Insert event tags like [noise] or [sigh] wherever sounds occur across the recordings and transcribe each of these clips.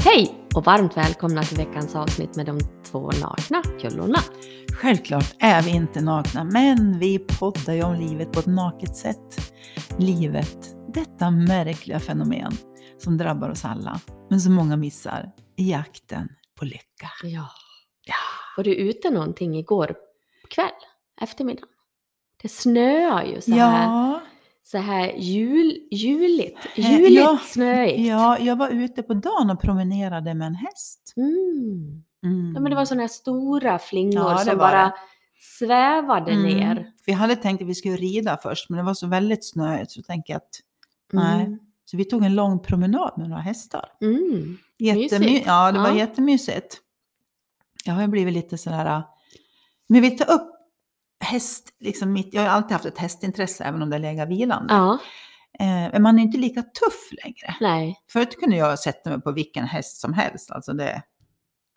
Hej och varmt välkomna till veckans avsnitt med de två nakna kullorna. Självklart är vi inte nakna, men vi poddar ju om livet på ett naket sätt. Livet, detta märkliga fenomen som drabbar oss alla, men som många missar i jakten på lycka. Ja. Ja. Var du ute någonting igår kväll, eftermiddag? Det snöar ju så här, Ja, så här jul, juligt, Eh, juligt ja. snöigt. ja, jag var ute på dagen och promenerade med en häst. Mm. Mm. Ja, men det var sådana här stora flingor Ja, det som var bara det. svävade Mm. ner. Vi hade tänkt att vi skulle rida först, men det var så väldigt snöigt så tänkte jag att Nej. så vi tog en lång promenad med några hästar. Mm. Jättemy- Mysigt. ja, det var Ja. jättemysigt. Jag har ju blivit lite sådär, äh, men vill ta upp häst, liksom mitt, jag har ju alltid haft ett hästintresse även om det legat vilande. Ja, Eh, men man är ju inte lika tuff längre. nej. Förut kunde jag sätta mig på vilken häst som helst. Alltså [laughs] det,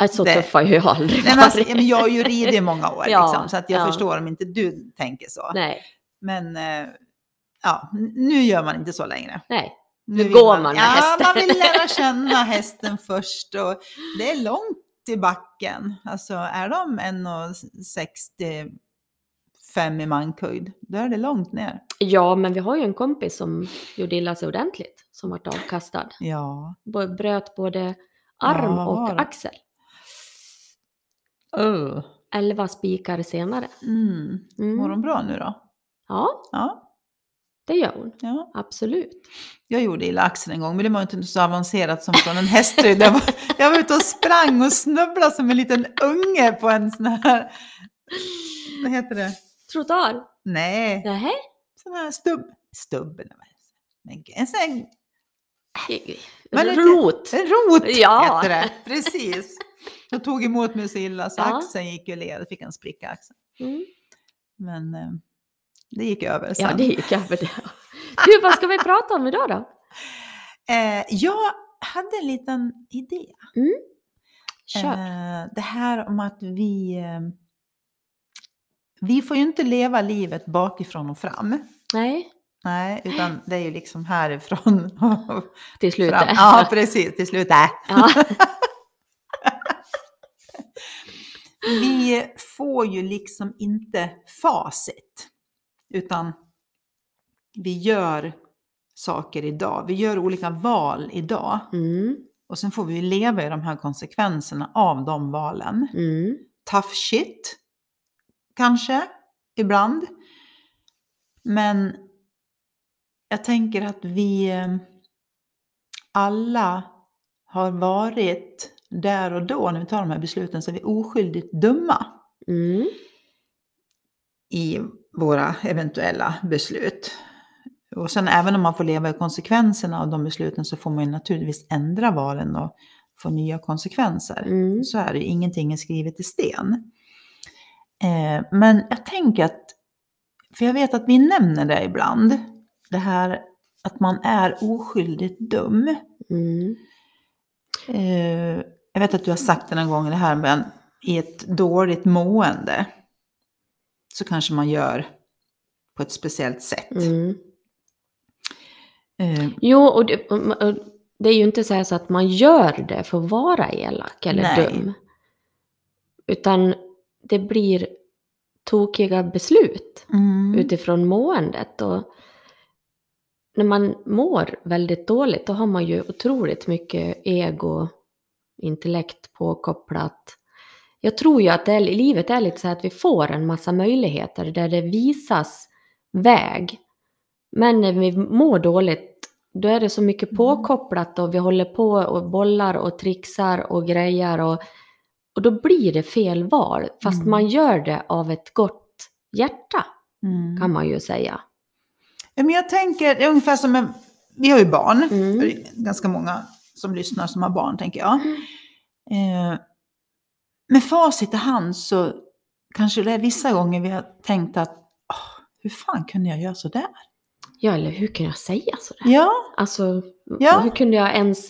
Äh, Så Det- tuff har ju jag aldrig nej, men alltså, ja, varit. men jag har ju ridit i många år, [laughs] Ja, liksom, så att jag ja. förstår om inte du tänker så. [laughs] Nej, Men eh, ja, n- nu gör man inte så längre. nej. Nu Nu vill går man med ja, hästen. man [laughs] vill lära känna hästen först och det är långt i backen. Alltså är de 1,65 i mankhöjd, då är det långt ner. Ja, men vi har ju en kompis som gjorde illa sig ordentligt, som vart avkastad. Ja, B- Bröt både arm Ja, vad var och det? axel. Elva spikar senare. mm. Mm. mår de bra nu då? Ja, Ja, det gör hon. ja. Absolut. Jag gjorde illa axeln en gång, men det var inte så avancerat som från en hästrygg. Jag var, jag var ute och sprang och snubblade som en liten unge på en sån här, vad heter det? Trottoar? Nej, Nähä? sån här stubb. Stubb? nej, men- men En sån här Men lite- Rot. rot Ja. heter det. Precis. Jag tog emot mig så illa så Ja. axeln gick ju led. Jag fick en spricka i axeln. Mm. Men eh, det gick över sen. Ja, det gick över det. [laughs] Du, vad ska vi prata om idag då? eh, jag hade en liten idé. Mm. Kör. Eh, det här om att vi... Eh, vi får ju inte leva livet bakifrån och fram. Nej, Nej, utan det är ju liksom härifrån [laughs] och till slut. [laughs] fram. Ja, precis. Till slut. Äh. Ja. [laughs] Vi får ju liksom inte facit, utan vi gör saker idag. Vi gör olika val idag Mm, och sen får vi ju leva i de här konsekvenserna av de valen. mm, Tough shit, kanske, ibland. Men jag tänker att vi eh, alla har varit där och då när vi tar de här besluten så är vi oskyldigt dumma mm, i våra eventuella beslut. Och sen även om man får leva i konsekvenserna av de besluten så får man ju naturligtvis ändra valen och få nya konsekvenser. mm. Så är det ju, ingenting är skrivet i sten. Eh, men jag tänker att, för jag vet att vi nämner det ibland, det här att man är oskyldigt dum. mm. Eh, jag vet att du har sagt det någon gång, det här men i ett dåligt mående så kanske man gör på ett speciellt sätt. mm. Eh, Jo, och det, och det är ju inte så, här så att man gör det för att vara elak eller Nej. dum. Utan det blir tokiga beslut mm, utifrån måendet. Och när man mår väldigt dåligt, då har man ju otroligt mycket ego, intellekt påkopplat. Jag tror ju att det, är- livet är lite så här att vi får en massa möjligheter där det visas väg. Men när vi mår dåligt, då är det så mycket Mm. påkopplat och vi håller på och bollar och trixar och grejer och, och då blir det fel val. Fast Mm. man gör det av ett gott hjärta mm. kan man ju säga. Ja, Men jag tänker, det är ungefär som en, vi har ju barn, Mm. Mm. och det är ganska många som lyssnar som har barn tänker jag. Eh, med facit i hand så kanske det är vissa gånger vi har tänkt att "Åh, hur fan kunde jag göra sådär? Ja, eller hur kan jag säga sådär? Ja, Alltså, Ja. hur kunde jag ens...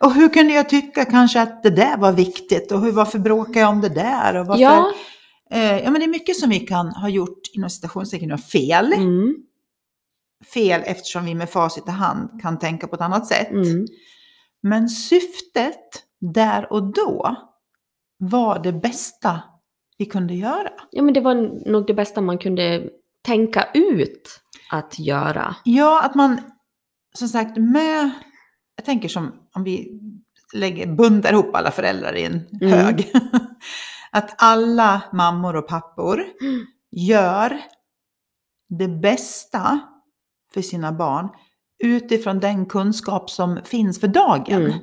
och hur kunde jag tycka kanske att det där var viktigt och hur, varför bråkar jag om det där? Och varför, Ja, Eh, ja, men det är mycket som vi kan ha gjort inom citationstecken och fel. mm, Fel eftersom vi med facit i hand kan tänka på ett annat sätt. mm, Men syftet där och då var det bästa vi kunde göra. Ja, men det var nog det bästa man kunde tänka ut att göra. Ja, att man som sagt med, jag tänker som om vi lägger, buntar ihop alla föräldrar i en Mm. hög. [laughs] Att alla mammor och pappor Mm. gör det bästa för sina barn utifrån den kunskap som finns för dagen. Mm.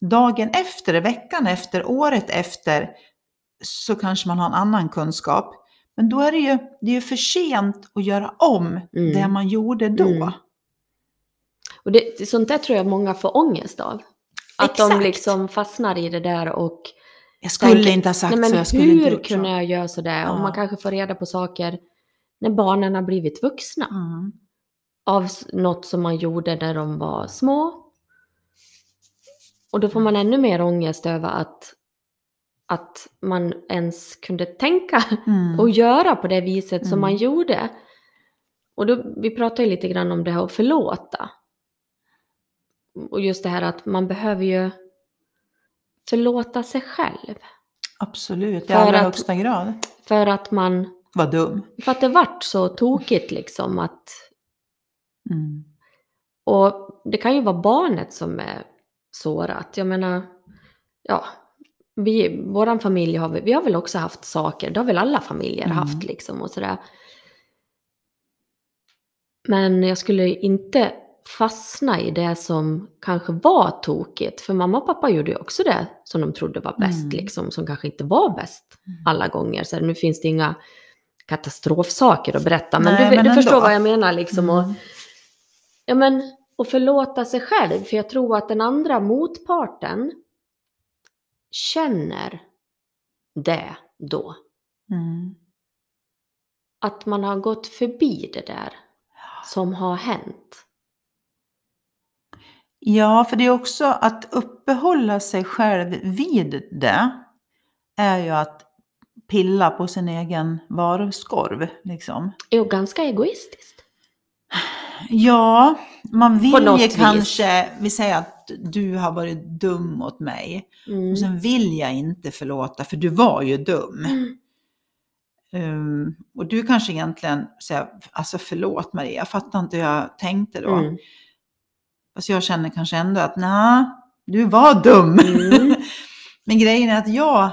Dagen efter, veckan efter, året efter så kanske man har en annan kunskap. Men då är det ju, det är ju för sent att göra om Mm. det man gjorde då. Mm. Och det, sånt där tror jag många får ångest av. Att de Exakt. liksom fastnar i det där och Jag skulle Tänker- inte ha sagt Nej, men så, jag skulle inte ha hur gjort kunde så. jag göra sådär? Och Ja. man kanske får reda på saker när barnen har blivit vuxna. Mm. Av s- något som man gjorde när de var små. Och då får man ännu mer ångest över att, att man ens kunde tänka Mm. och göra på det viset som Mm. man gjorde. Och då, vi pratade ju lite grann om det här att förlåta. Och just det här att man behöver ju förlåta sig själv. Absolut, i För allra att- högsta grad. För att man Vad dum. För att det vart så tokigt liksom att... Mm. Och det kan ju vara barnet som är sårat. Jag menar, ja. Vi, våran familj har, vi har väl också haft saker, det har väl alla familjer Mm. haft liksom och sådär. Men jag skulle inte fastna i det som kanske var tokigt. För mamma och pappa gjorde ju också det som de trodde var bäst, Mm. liksom, som kanske inte var bäst alla gånger. Så här, nu finns det inga katastrofsaker att berätta, men Nej, du, men du ändå. förstår vad jag menar. Liksom, och, Mm. ja, men, och förlåta sig själv, för jag tror att den andra motparten känner det då. Mm. Att man har gått förbi det där som har hänt. Ja, för det är också att uppehålla sig själv vid det är ju att pilla på sin egen varuskorv. Liksom. Det är ju ganska egoistiskt. Ja, man På vill något ju vis. kanske, vi säger att du har varit dum mot mig Mm. och sen vill jag inte förlåta för du var ju dum. Mm. Ehm, och du kanske egentligen säger, alltså förlåt Maria, jag fattar inte hur jag tänkte då. Mm. Fast jag känner kanske ändå att nej, du var dum. Mm. [laughs] Men grejen är att jag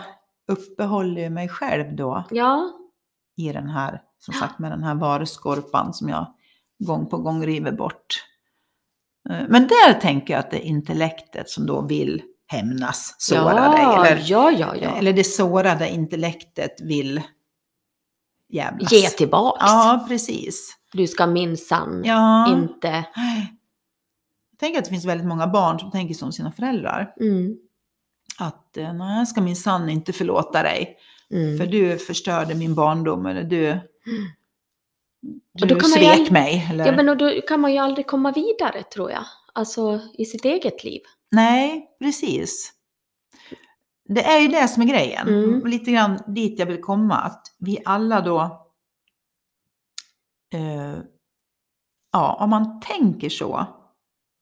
uppehåller ju mig själv då Ja, i den här, som sagt med den här varuskorpan som jag gång på gång river bort. Eh, Men där tänker jag att det är intellektet som då vill hämnas, såra ja, dig. Eller, ja, ja, ja. eller det sårade intellektet vill jävlas. Ge tillbaks. Ja, precis. Du ska minsann Ja. inte... Jag tänker att det finns väldigt många barn som tänker som sina föräldrar. Mm. Att eh, nej, jag ska minsann inte förlåta dig. Mm. För du förstörde min barndom eller du, du då kan man ju svek aldrig- mig. Eller, Ja, men och då kan man ju aldrig komma vidare tror jag. Alltså i sitt eget liv. Nej, precis. Det är ju det som är grejen. Mm. Lite grann dit jag vill komma. Att vi alla då... Eh, ja, om man tänker så.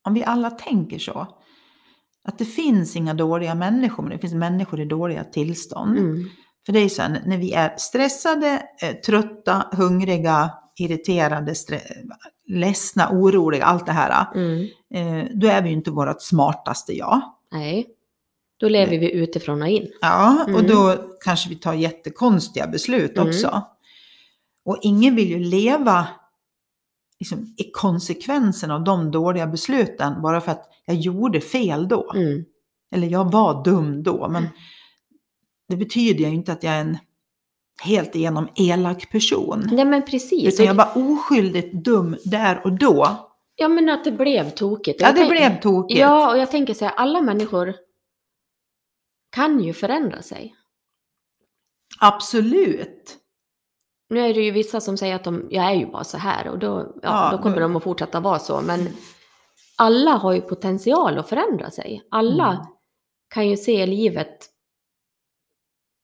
Om vi alla tänker så. Att det finns inga dåliga människor, men det finns människor i dåliga tillstånd. Mm. För det är ju så här, när vi är stressade, eh, trötta, hungriga, irriterade, stre- ledsna, oroliga, allt det här. Mm. Eh, då är vi ju inte vårt smartaste jag. Nej, då lever vi utifrån och in. Ja, och Mm. då kanske vi tar jättekonstiga beslut Mm. också. Och ingen vill ju leva liksom, i konsekvensen av de dåliga besluten bara för att jag gjorde fel då. Mm. Eller jag var dum då. Men Mm. det betyder ju inte att jag är en helt igenom elak person. Nej men precis. Utan jag var oskyldigt dum där och då. Ja men att det blev tokigt. Ja, Jag det tänk- blev tokigt. Ja, och jag tänker så här, alla människor kan ju förändra sig. Absolut. Nu är det ju vissa som säger att de, jag är ju bara så här och då, ja, Ja, då kommer då- de att fortsätta vara så. Men alla har ju potential att förändra sig. Alla Mm. kan ju se livet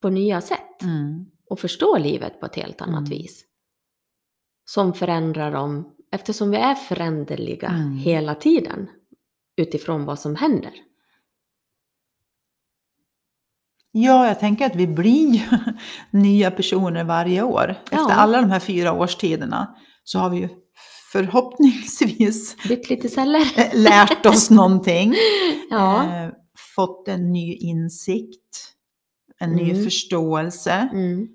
på nya sätt. Mm. och förstå livet på ett helt annat Mm. vis. Som förändrar dem, eftersom vi är föränderliga Mm. hela tiden utifrån vad som händer. Ja, jag tänker att vi blir ju [laughs] nya personer varje år. Efter Ja. alla de här fyra årstiderna så har vi ju förhoppningsvis [laughs] Bytt lite celler. eh, [laughs] lärt oss någonting. Ja. Eh, Fått en ny insikt, en ny Mm. förståelse, Mm.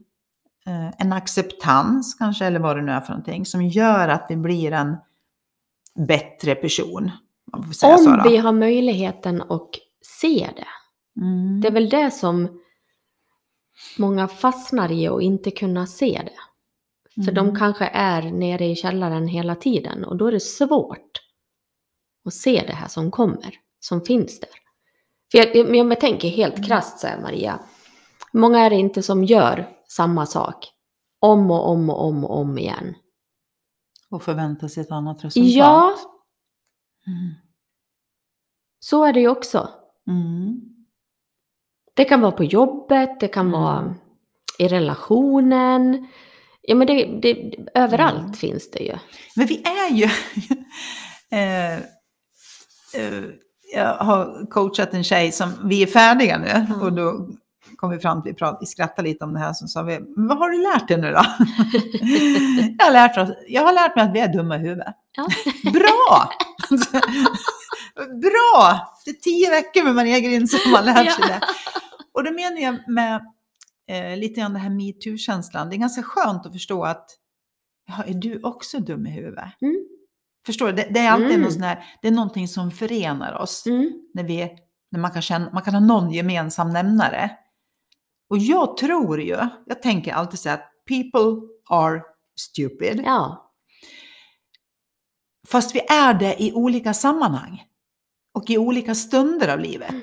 eh, en acceptans kanske, eller vad det nu är för någonting, som gör att vi blir en bättre person. Om vi säger så Om då. vi har möjligheten att se det. Mm. Det är väl det som många fastnar i och inte kunna se det. För de Mm. kanske är nere i källaren hela tiden och då är det svårt att se det här som kommer, som finns där. För jag, jag, men jag tänker helt Mm. krasst så här Maria, många är det inte som gör samma sak om och om och om och om igen. Och förvänta sig ett annat resultat. Ja, Mm. så är det ju också. Mm. Det kan vara på jobbet, det kan Mm. vara i relationen. Ja, men det, det, överallt Mm. finns det ju. Men vi är ju... [laughs] eh, eh, jag har coachat en tjej som, vi är färdiga nu, Ja. och då kom vi fram till, vi, prat, vi skrattade lite om det här, så sa vi, "Men vad har du lärt dig nu då? jag, har lärt oss, jag har lärt mig att vi är dumma i huvudet. Ja. [laughs] Bra! [laughs] Bra! Det är tio veckor med Maria Grind som har lärt sig det. Och det menar jag med eh, lite grann det här metoo-känslan. Det är ganska skönt att förstå att ja, är du också dum i huvudet? Mm. Förstår du? Det, det är alltid Mm. någon sån här, det är någonting som förenar oss. Mm. När vi, när man, kan känna, man kan ha någon gemensam nämnare. Och jag tror ju, jag tänker alltid så här, people are stupid. Ja. Fast vi är det i olika sammanhang och i olika stunder av Mm. livet.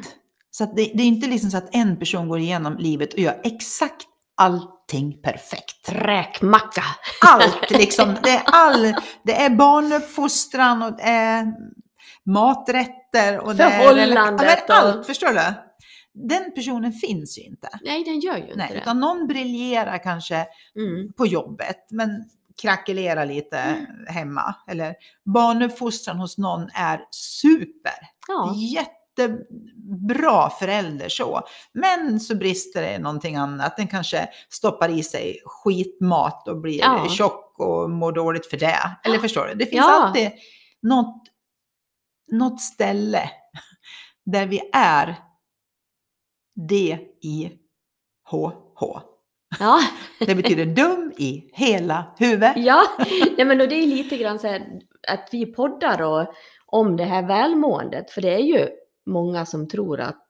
Så att det, det är inte liksom så att en person går igenom livet och gör exakt allting perfekt. Räkmacka. Allt liksom, det är, all, det är barnuppfostran och det är maträtter och det är... Förhållandet Ja, men allt, och- förstår du? Den personen finns ju inte. Nej, den gör ju inte Nej, det. utan någon briljerar kanske Mm. på jobbet, men krackelera lite hemma. Eller barnuppfostran hos någon är super. Ja. Jättebra förälder så. Men så brister det i någonting annat. Den kanske stoppar i sig skitmat och blir Ja. tjock och mår dåligt för det. Eller förstår du? Det finns Ja. alltid något, något ställe där vi är D-I-H-H. Ja. [laughs] Det betyder dum i hela huvudet. ja. Nej, men och det är lite grann så här att vi poddar och, om det här välmåendet. För det är ju många som tror att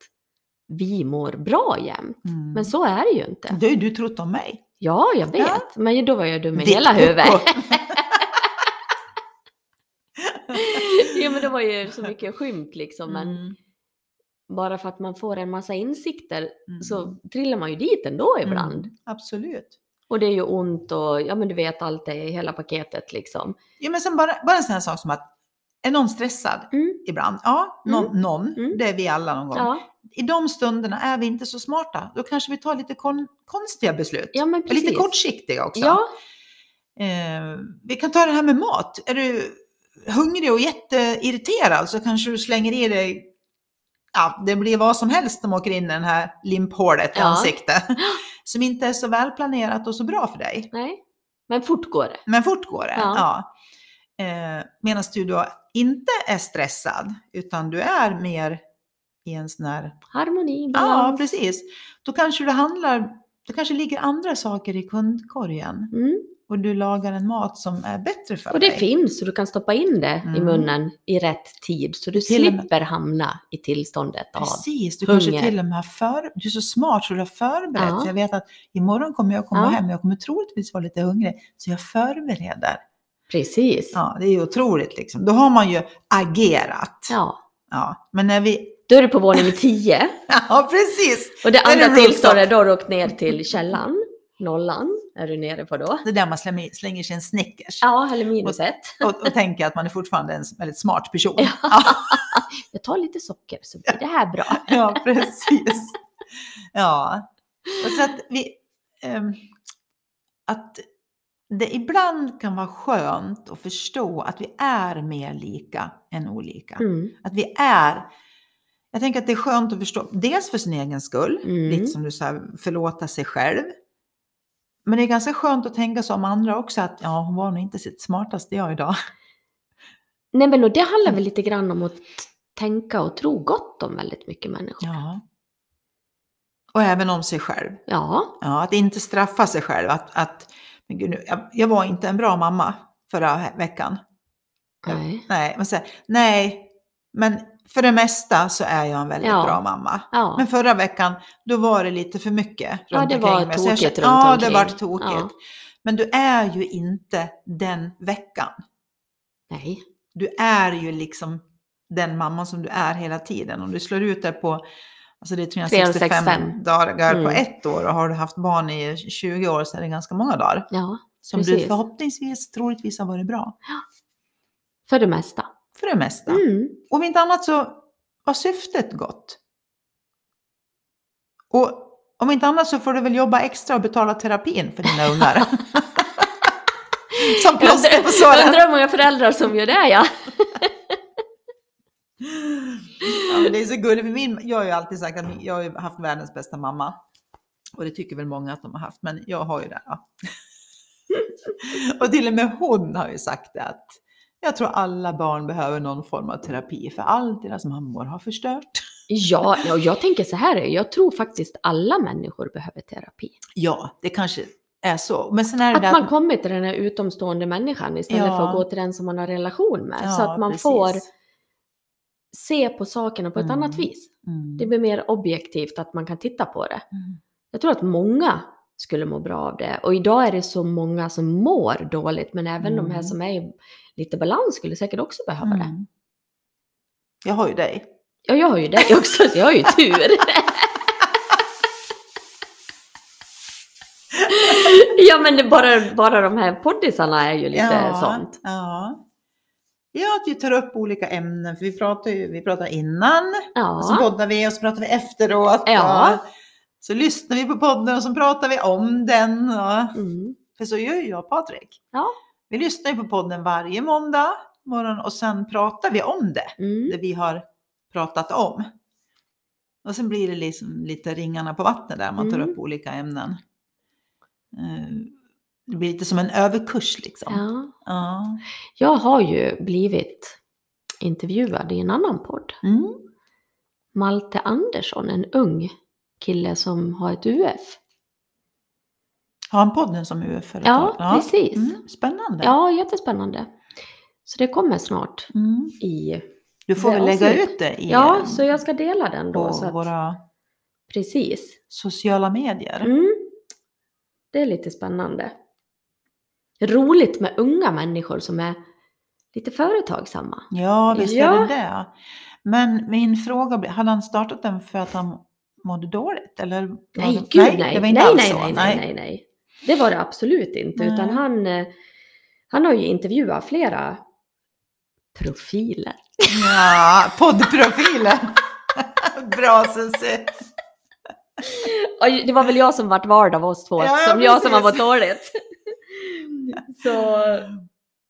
vi mår bra jämt. Mm. Men så är det ju inte. Det har ju du trott om mig. Ja, jag vet. Ja. Men då var jag dum i Ditt hela huvudet. [laughs] uppåt. ja, men det var ju så mycket skymt liksom. Men Mm. bara för att man får en massa insikter Mm. så trillar man ju dit ändå ibland. Mm, absolut. Och det är ju ont och ja men du vet allt det hela paketet liksom. Ja, men sen bara, bara en sån här sak som att är någon stressad Mm. ibland? Ja, någon. någon. Mm. Det är vi alla någon gång. Ja, I de stunderna är vi inte så smarta. Då kanske vi tar lite kon, konstiga beslut. ja men Och precis. lite kortsiktiga också. Ja, Eh, vi kan ta det här med mat. Är du hungrig och jätteirriterad så kanske du slänger i dig, ja, det blir vad som helst som åker in i den här limphålet i Ja. [laughs] ansiktet. Som inte är så välplanerat och så bra för dig. nej. Men fort går det. Men fort går det. Ja. Ja. Eh, Medan du då inte är stressad, utan du är mer i en sån här... Harmoni, Ja, balans. precis. Då kanske du handlar... Då kanske ligger andra saker i kundkorgen Mm. och du lagar en mat som är bättre för Och dig. det finns så du kan stoppa in det i Mm. munnen i rätt tid så du Till och med- slipper hamna i tillståndet av. Precis, du hunger. kanske till och med har för, du är så smart så du har förberett. Ja. Jag vet att imorgon kommer jag komma Ja. hem och jag kommer troligtvis vara lite hungrig. Så jag förbereder. Precis. Ja. Ja, det är ju otroligt liksom. Då har man ju agerat. Ja, men när vi... Då är du på våning 10 [laughs] Ja, precis! och det är det andra rooftop. tillståndet då har du åkt ner till källan, nollan är du nere på då. Det där man slänger, slänger sig en Snickers Ja, eller minus ett. och, och tänker att man är fortfarande en väldigt smart person. Ja. [laughs] Ja, Jag tar lite socker så blir det här [laughs] bra. ja precis. Ja. Och så att vi... ehm, att det ibland kan vara skönt att förstå att vi är mer lika än olika. Mm. Att vi är... Jag tänker att det är skönt att förstå, dels för sin egen skull, Mm. lite som du sa, förlåta sig själv. Men det är ganska skönt att tänka så om andra också, att ja, hon var nog inte sitt smartaste [laughs] jag idag. Nej men och det handlar Mm. väl lite grann om att tänka och tro gott om väldigt mycket människor. Ja. Och även om sig själv. Ja, Ja, att inte straffa sig själv. Att, att men gud, nu, jag, jag var inte en bra mamma förra he- veckan. nej. Nej, men, så, här, nej, men för det mesta så är jag en väldigt Ja. bra mamma. Ja, Men förra veckan, då var det lite för mycket runt Ja, det var omkring mig. Så jag tokigt kände- runt Ja, det omkring. var tokigt. Ja. Men du är ju inte den veckan. nej. Du är ju liksom den mamman som du är hela tiden. Om du slår ut det på alltså det är 365, 365. dagar på Mm. ett år och har du haft barn i 20 år så är det ganska många dagar. Ja, Som du Precis. förhoppningsvis, troligtvis har varit bra. för det mesta. För det mesta. Mm. Om inte annat så var syftet gott. Och om inte annat så får du väl jobba extra och betala terapin för dina ungar. [laughs] Som plåster på Undrar, såren. undrar hur många föräldrar som gör det ja. Ja, men det är så gulligt, för min, jag har ju alltid sagt att min- jag har ju haft världens bästa mamma. Och det tycker väl många att de har haft, men jag har ju det. Ja. [laughs] och till och med hon har ju sagt det att jag tror alla barn behöver någon form av terapi, för allt deras mammor har förstört. Ja, ja, och jag tänker så här, jag tror faktiskt alla människor behöver terapi. Ja, det kanske är så. Men sen är det Att det man kommer till den här utomstående människan istället Ja. för att gå till den som man har relation med. så Ja, att man precis. får se på sakerna på ett Mm. annat vis. Mm. Det blir mer objektivt att man kan titta på det. Mm. Jag tror att många skulle må bra av det. Och idag är det så många som mår dåligt, men även de här Mm. som är i lite balans skulle säkert också behöva det. Mm. Jag har ju dig. Ja, jag har ju det också, så jag har ju tur. [laughs] ja, men det är bara, bara de här poddisarna är ju lite sånt. Ja. ja, att vi tar upp olika ämnen. För vi pratar ju vi pratar innan, Ja. och så poddar vi och så pratar vi efteråt. Ja. Och så lyssnar vi på podden och så pratar vi om den. Och... Mm. För så gör ju jag och Patrik. Ja. Vi lyssnar ju på podden varje måndag morgon och sen pratar vi om det. Mm. det vi har pratat om. Och sen blir det liksom lite ringarna på vattnet där man tar Mm. upp olika ämnen. Eh, Det blir lite som en överkurs liksom. Ja. Ja. Jag har ju blivit intervjuad i en annan podd. Mm. Malte Andersson, en ung kille som har ett UF. Har han podden som UF-företag? Ja, precis. Mm. Spännande. Ja, jättespännande. Så det kommer snart Mm. i... Du får Det väl lägga avsnitt. ut det i, Ja, eh, så jag ska dela den då. på Så att, våra precis. sociala medier. Mm. Det är lite spännande. Roligt med unga människor som är lite företagsamma. Ja, visst Ja. är det det. Men min fråga blir, hade han startat den för att han mådde dåligt? Eller var Nej, det, gud nej. Det var nej, inte nej, alls nej, så. nej, nej, nej, nej. Det var det absolut inte. Nej. Utan han, eh, han har ju intervjuat flera profiler. Ja, [laughs] poddprofilen. [laughs] Bra Susie. Och det var väl jag som vart vard av oss två, Ja, ja, som jag som har varit precis. dåligt. [laughs] [laughs] Så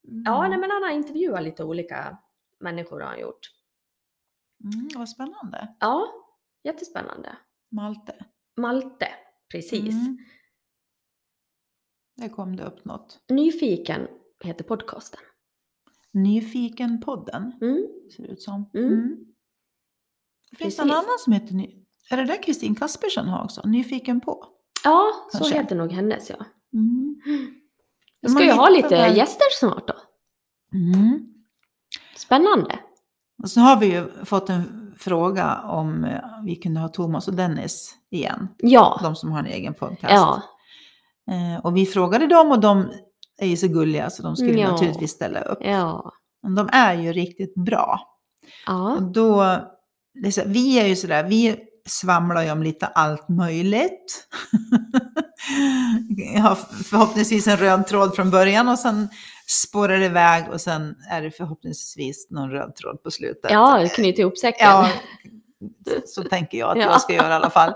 Mm. ja, nej, men han har intervjuat lite olika människor har han gjort. Mm, vad spännande. Ja, jättespännande. Malte. Malte, precis. Mm. Där kom det upp något. Nyfiken heter podcasten. Nyfikenpodden, Mm. ser det ut som. Mm. Det finns Precis. en annan som heter ny... Är det där Kristin Kaspersen har också? Nyfiken på? Ja, så Kanske. heter nog hennes ja. Mm. Jag ska Man ju ha hittar lite väl- gäster snart då. Mm. Spännande. Och så har vi ju fått en fråga om eh, vi kunde ha Thomas och Dennis igen. Ja, De som har en egen podcast. ja, Eh, Och vi frågade dem och de är ju så gulliga så de skulle Ja. naturligtvis ställa upp. ja, Men de är ju riktigt bra. Och ja, då, det är så, vi är ju sådär, vi svamlar ju om lite allt möjligt. [laughs] Jag har förhoppningsvis en röd tråd från början och sen spårar det iväg och sen är det förhoppningsvis någon röd tråd på slutet. ja, knyta ihop säcken. Ja, så, så tänker jag Ja. att jag ska göra i alla fall.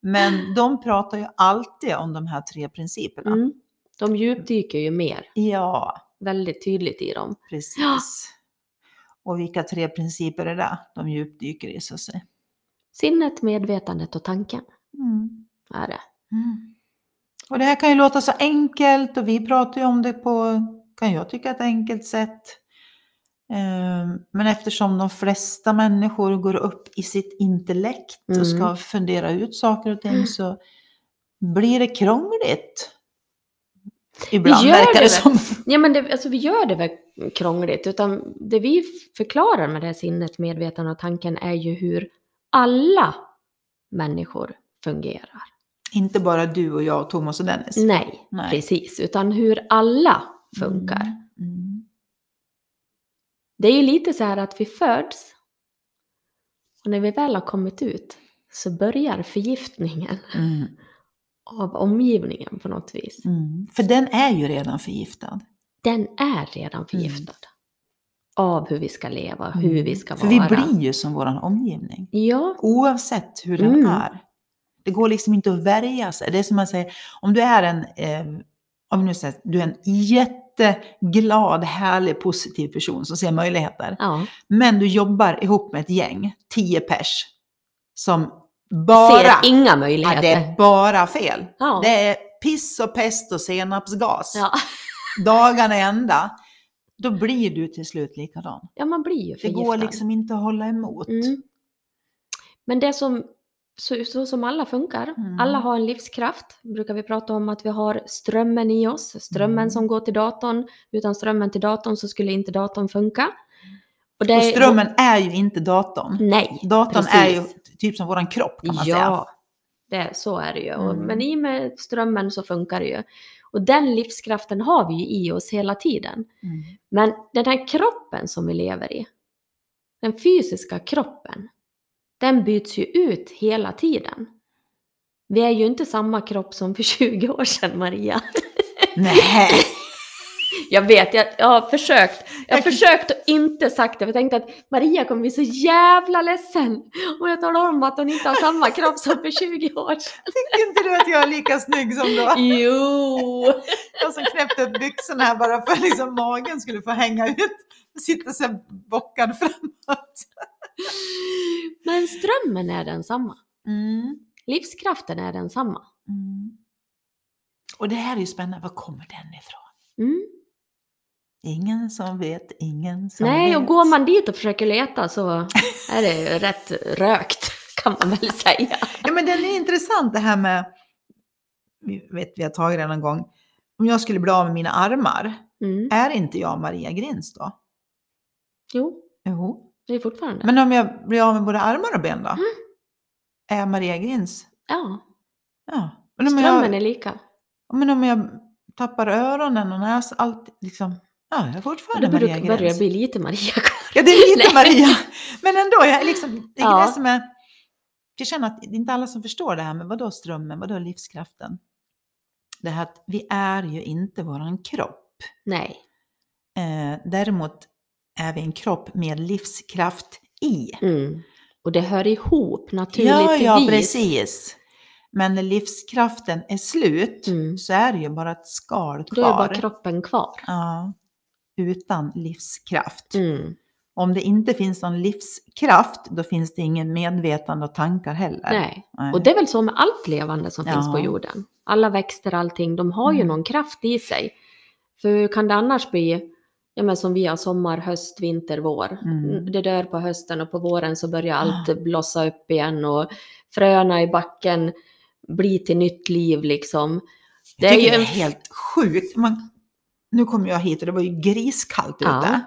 Men de pratar ju alltid om de här tre principerna. Mm. De djupdyker ju mer, Ja, väldigt tydligt i dem. Precis. Och vilka tre principer är det de djupdyker i? Så att säga. Sinnet, medvetandet och tanken Mm. är det. Mm. Och det här kan ju låta så enkelt och vi pratar ju om det på, kan jag tycka, ett enkelt sätt. Eh, Men eftersom de flesta människor går upp i sitt intellekt och ska Mm. fundera ut saker och ting Mm. så blir det krångligt. Ibland gör verkar det, det väl. som. [laughs] Ja, men det, alltså, vi gör det väl krångligt, utan det vi förklarar med det här sinnet, medvetandet och tanken är ju hur alla människor fungerar. Inte bara du och jag och Thomas och Dennis. Nej, Nej. precis, utan hur alla funkar. Mm. Mm. Det är ju lite så här att vi föds och när vi väl har kommit ut så börjar förgiftningen Mm. av omgivningen på något vis. Mm. För den är ju redan förgiftad. Den är redan förgiftad av hur vi ska leva, hur Mm. vi ska För vara. vi blir ju som vår omgivning. Ja, Oavsett hur den Mm. är. Det går liksom inte att värja sig. Det är som man säger, om du är en, eh, om vi nu säger, att du är en jätteglad, härlig, positiv person som ser möjligheter. ja. Men du jobbar ihop med ett gäng, tio pers, som bara, ser inga ja, det är möjligheter. bara fel. Ja, Det är piss och pest och senapsgas. ja. Dagarna ända. Då blir du till slut likadan. ja man blir ju Det förgiftad. går liksom inte att hålla emot. Mm. Men det som, så, så som alla funkar, Mm. alla har en livskraft, brukar vi prata om att vi har strömmen i oss, strömmen Mm. som går till datorn. Utan strömmen till datorn så skulle inte datorn funka. det Och är- strömmen är ju inte datorn. Nej, Datorn precis. är ju typ som våran kropp kan man säga. Ja, det, så är det ju. Och- Mm. Men i och med strömmen så funkar det ju. Och den livskraften har vi ju i oss hela tiden. Mm. Men den här kroppen som vi lever i, den fysiska kroppen, den byts ju ut hela tiden. Vi är ju inte samma kropp som för [laughs] 20 år sedan, Maria. Nej. [laughs] Jag vet, jag, jag har försökt. Jag har Jag kan- försökt att inte sagt det, för jag tänkte att Maria kommer bli så jävla ledsen om jag talar om att hon inte har samma kropp som för 20 år sedan. Tycker inte du att jag är lika snygg [laughs] som då? Jo! Jag som knäppte upp byxorna här bara för att liksom magen skulle få hänga ut. Och sitta så här bockad framåt. Men strömmen är densamma. Mm. Livskraften är densamma. Mm. Och det här är ju spännande. Var kommer den ifrån? Mm. Ingen som vet, ingen som Nej, vet. och går man dit och försöker leta så är det ju rätt rökt kan man väl säga. Ja, men den är intressant det här med, vi vet vi har tagit det någon gång, om jag skulle bli av med mina armar, Mm. är inte jag Maria Grins då? Jo, Jo. det är fortfarande. Men om jag blir av med både armar och ben då? Mm. Är jag Maria Grins? ja, Ja. Men om, strömmen jag, är lika. men om jag tappar öronen och näsan, allt liksom, ja, jag är Och fortfarande Då Maria börjar Grins. börjar jag bli lite Maria. Ja, det är [laughs] Nej. lite Maria. Men ändå, jag, är liksom, det är Ja. det som är... Jag känner att det är inte alla som förstår det här med vadå strömmen, vadå livskraften? Det här att vi är ju inte våran kropp. Nej. Eh, däremot är vi en kropp med livskraft i. Mm. Och det hör ihop Ja, naturligtvis. ja, precis. Men när livskraften är slut Mm. så är det ju bara ett skal Då är bara kvar. kroppen kvar. ja, utan livskraft. Mm. Om det inte finns någon livskraft, då finns det ingen medvetande och tankar heller. Nej. Nej. Och det är väl så med allt levande som Ja. finns på jorden. Alla växter, allting, de har ju Mm. någon kraft i sig. För hur kan det annars bli, ja, men som vi har sommar, höst, vinter, vår. Mm. Ah. Det dör på hösten och på våren så börjar allt Ja. blossa upp igen och fröna i backen blir till nytt liv liksom. Det Jag är tycker ju det är en... helt sjukt. Man, nu kom jag hit och det var ju griskallt Ja. ute.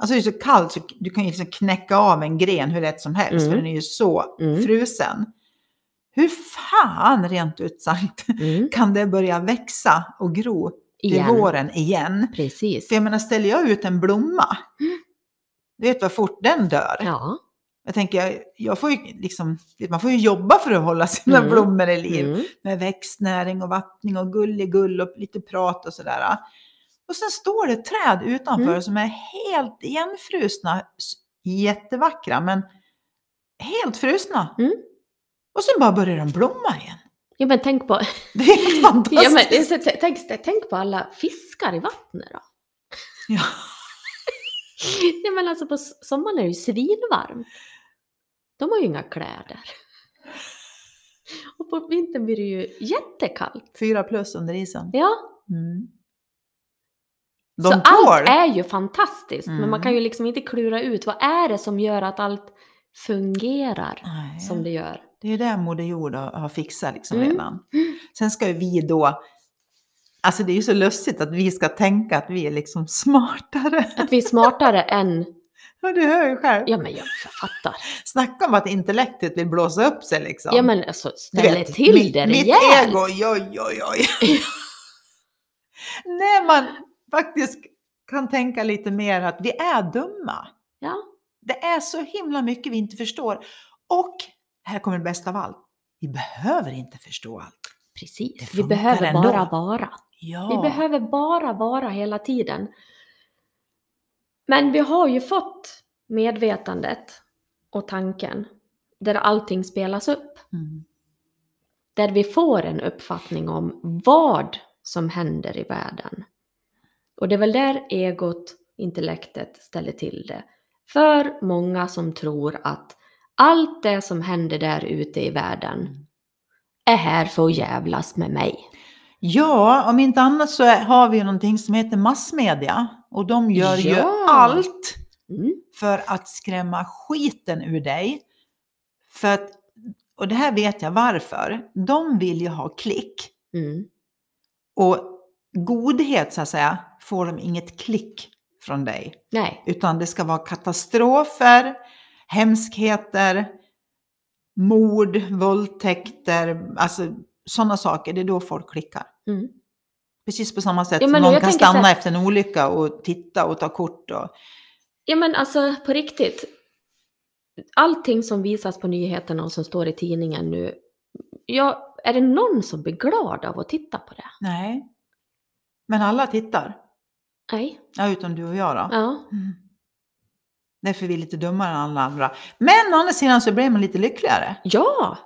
Alltså det är så kallt så du kan ju liksom knäcka av en gren hur lätt som helst Mm. för den är ju så Mm. frusen. Hur fan, rent ut sagt, Mm, kan det börja växa och gro till igen. våren igen? Precis. För jag menar, ställer jag ut en blomma, du vet vad fort den dör. Mm. Ja. Jag tänker, jag, jag får ju liksom, man får ju jobba för att hålla sina Mm. blommor i liv. Mm. Med växtnäring och vattning och gulligull och lite prat och sådär. Och sen står det träd utanför Mm. som är helt igenfrusna, s- jättevackra, men helt frusna. Mm. Och sen bara börjar de blomma igen. [laughs] Ja men tänk på, Det är helt ja, fantastiskt. men, så- tänk, tänk på alla fiskar i vattnet då. [laughs] Ja. Nej men alltså på s- sommaren är det ju svinvarmt. De har ju inga kläder. Och på vintern blir det ju jättekallt. Fyra plus under isen. Ja, Mm. De så tål! allt är ju fantastiskt. Men Mm. man kan ju liksom inte klura ut vad är det som gör att allt fungerar Nej. som det gör. Det är det Moder Jord har har fixat liksom Mm. redan. Sen ska ju vi då, alltså det är ju så lustigt att vi ska tänka att vi är liksom smartare. [laughs] Att vi är smartare än... Ja, du hör ju själv. Ja, men jag fattar. Snacka om att intellektet vill blåsa upp sig liksom. Ja, men alltså Du ställer till mitt, det mitt rejält. ego, oj, oj, oj. [laughs] När man faktiskt kan tänka lite mer att vi är dumma. Ja. Det är så himla mycket vi inte förstår. Och här kommer det bästa av allt. Vi behöver inte förstå allt. Det Precis, vi funkar behöver ändå. bara vara. Ja. Vi behöver bara vara hela tiden. Men vi har ju fått medvetandet och tanken där allting spelas upp. Mm. Där vi får en uppfattning om vad som händer i världen. Och det är väl där egot, intellektet, ställer till det. För många som tror att allt det som händer där ute i världen är här för att jävlas med mig. Ja, om inte annat så är- har vi ju någonting som heter massmedia. Och de gör ju Ja. allt Mm. för att skrämma skiten ur dig. För att, och det här vet jag varför. De vill ju ha klick. Mm. Och godhet så att säga får de inget klick från dig. Nej. Utan det ska vara katastrofer, hemskheter, mord, våldtäkter, alltså sådana saker. Det är då folk klickar. Mm. Precis på samma sätt Ja, som men någon jag kan tänker så stanna här- efter en olycka och titta och ta kort. Och... Ja men alltså på riktigt. Allting som visas på nyheterna och som står i tidningen nu. Ja, är det någon som blir glad av att titta på det? Nej. Men alla tittar. Nej. Ja, utom du och jag då. Ja. Mm. Därför är vi lite dummare än alla andra. Men å andra sidan så blir man lite lyckligare. Ja!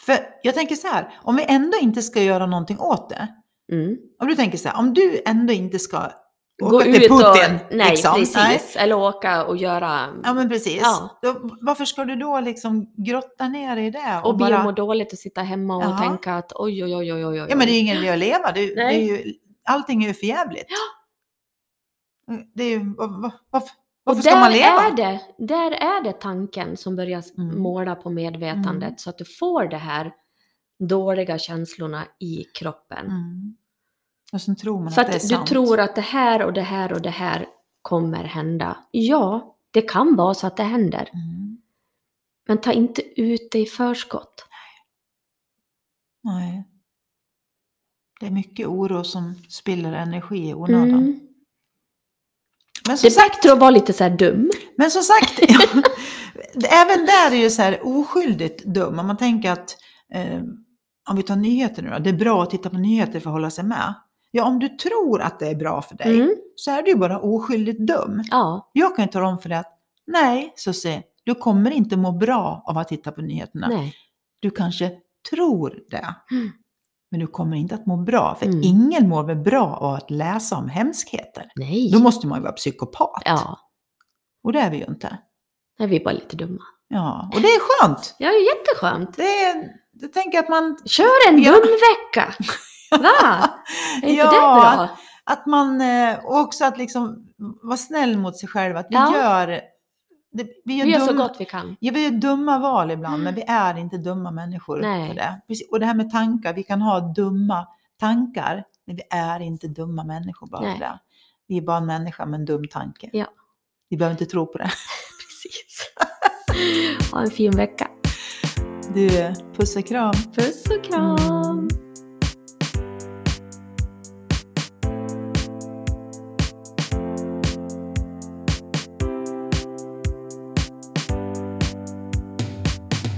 För jag tänker så här, om vi ändå inte ska göra någonting åt det. Mm. Om du tänker så här, om du ändå inte ska åka Gå till ut Putin. och... Nej, liksom, precis. nej. Eller åka och göra... Ja men precis. Ja. Då, varför ska du då liksom grotta ner i det? och be bara- och må dåligt och sitta hemma och Ja. tänka att oj, oj, oj, oj, oj, oj. Ja, men det är ju ingen idé att leva. Det, det är Nej. ju, allting är ju för jävligt. Det är ju, var, var, varför och varför där ska man leva? Är det, där är det tanken som börjar Mm. måla på medvetandet Mm. så att du får de här dåliga känslorna i kroppen. Mm. Och sen tror man För att det är att du sant. tror att det här och det här och det här kommer hända. Ja, det kan vara så att det händer. Mm. Men ta inte ut det i förskott. Nej. Det är mycket oro som spiller energi i onödan. Mm. Men, som Det är sagt, bättre att vara lite så här dum. men som sagt, [laughs] även där är ju så här oskyldigt dum. Om man tänker att, eh, om vi tar nyheter nu då, det är bra att titta på nyheter för att hålla sig med. Ja, om du tror att det är bra för dig, Mm. så är du ju bara oskyldigt dum. Ja, Jag kan ju tala om för dig att nej, Susie, du kommer inte må bra av att titta på nyheterna. nej. Du kanske tror det, Mm. men du kommer inte att må bra. För Mm. ingen mår väl bra av att läsa om hemskheter. Nej. Då måste man ju vara psykopat. Ja, Och det är vi ju inte. nej, vi är bara lite dumma. Ja, och det är skönt. Ja, det är jätteskönt. Det är, jag tänker att man, Kör en Ja. dum vecka! [laughs] Va? Är inte Ja. det bra? att man eh, och också att liksom vara snäll mot sig själv. Att vi Ja. gör, det, vi gör, Vi gör så dumma- gott vi kan. Ja, vi gör dumma val ibland, Mm. men vi är inte dumma människor Nej. för det. Precis, Och det här med tankar, vi kan ha dumma tankar, men vi är inte dumma människor bara Nej. för det. Vi är bara en människa med en dum tanke. Ja. Vi behöver inte tro på det. Precis. Ha en fin vecka. Du, puss och kram. Puss och kram! Mm.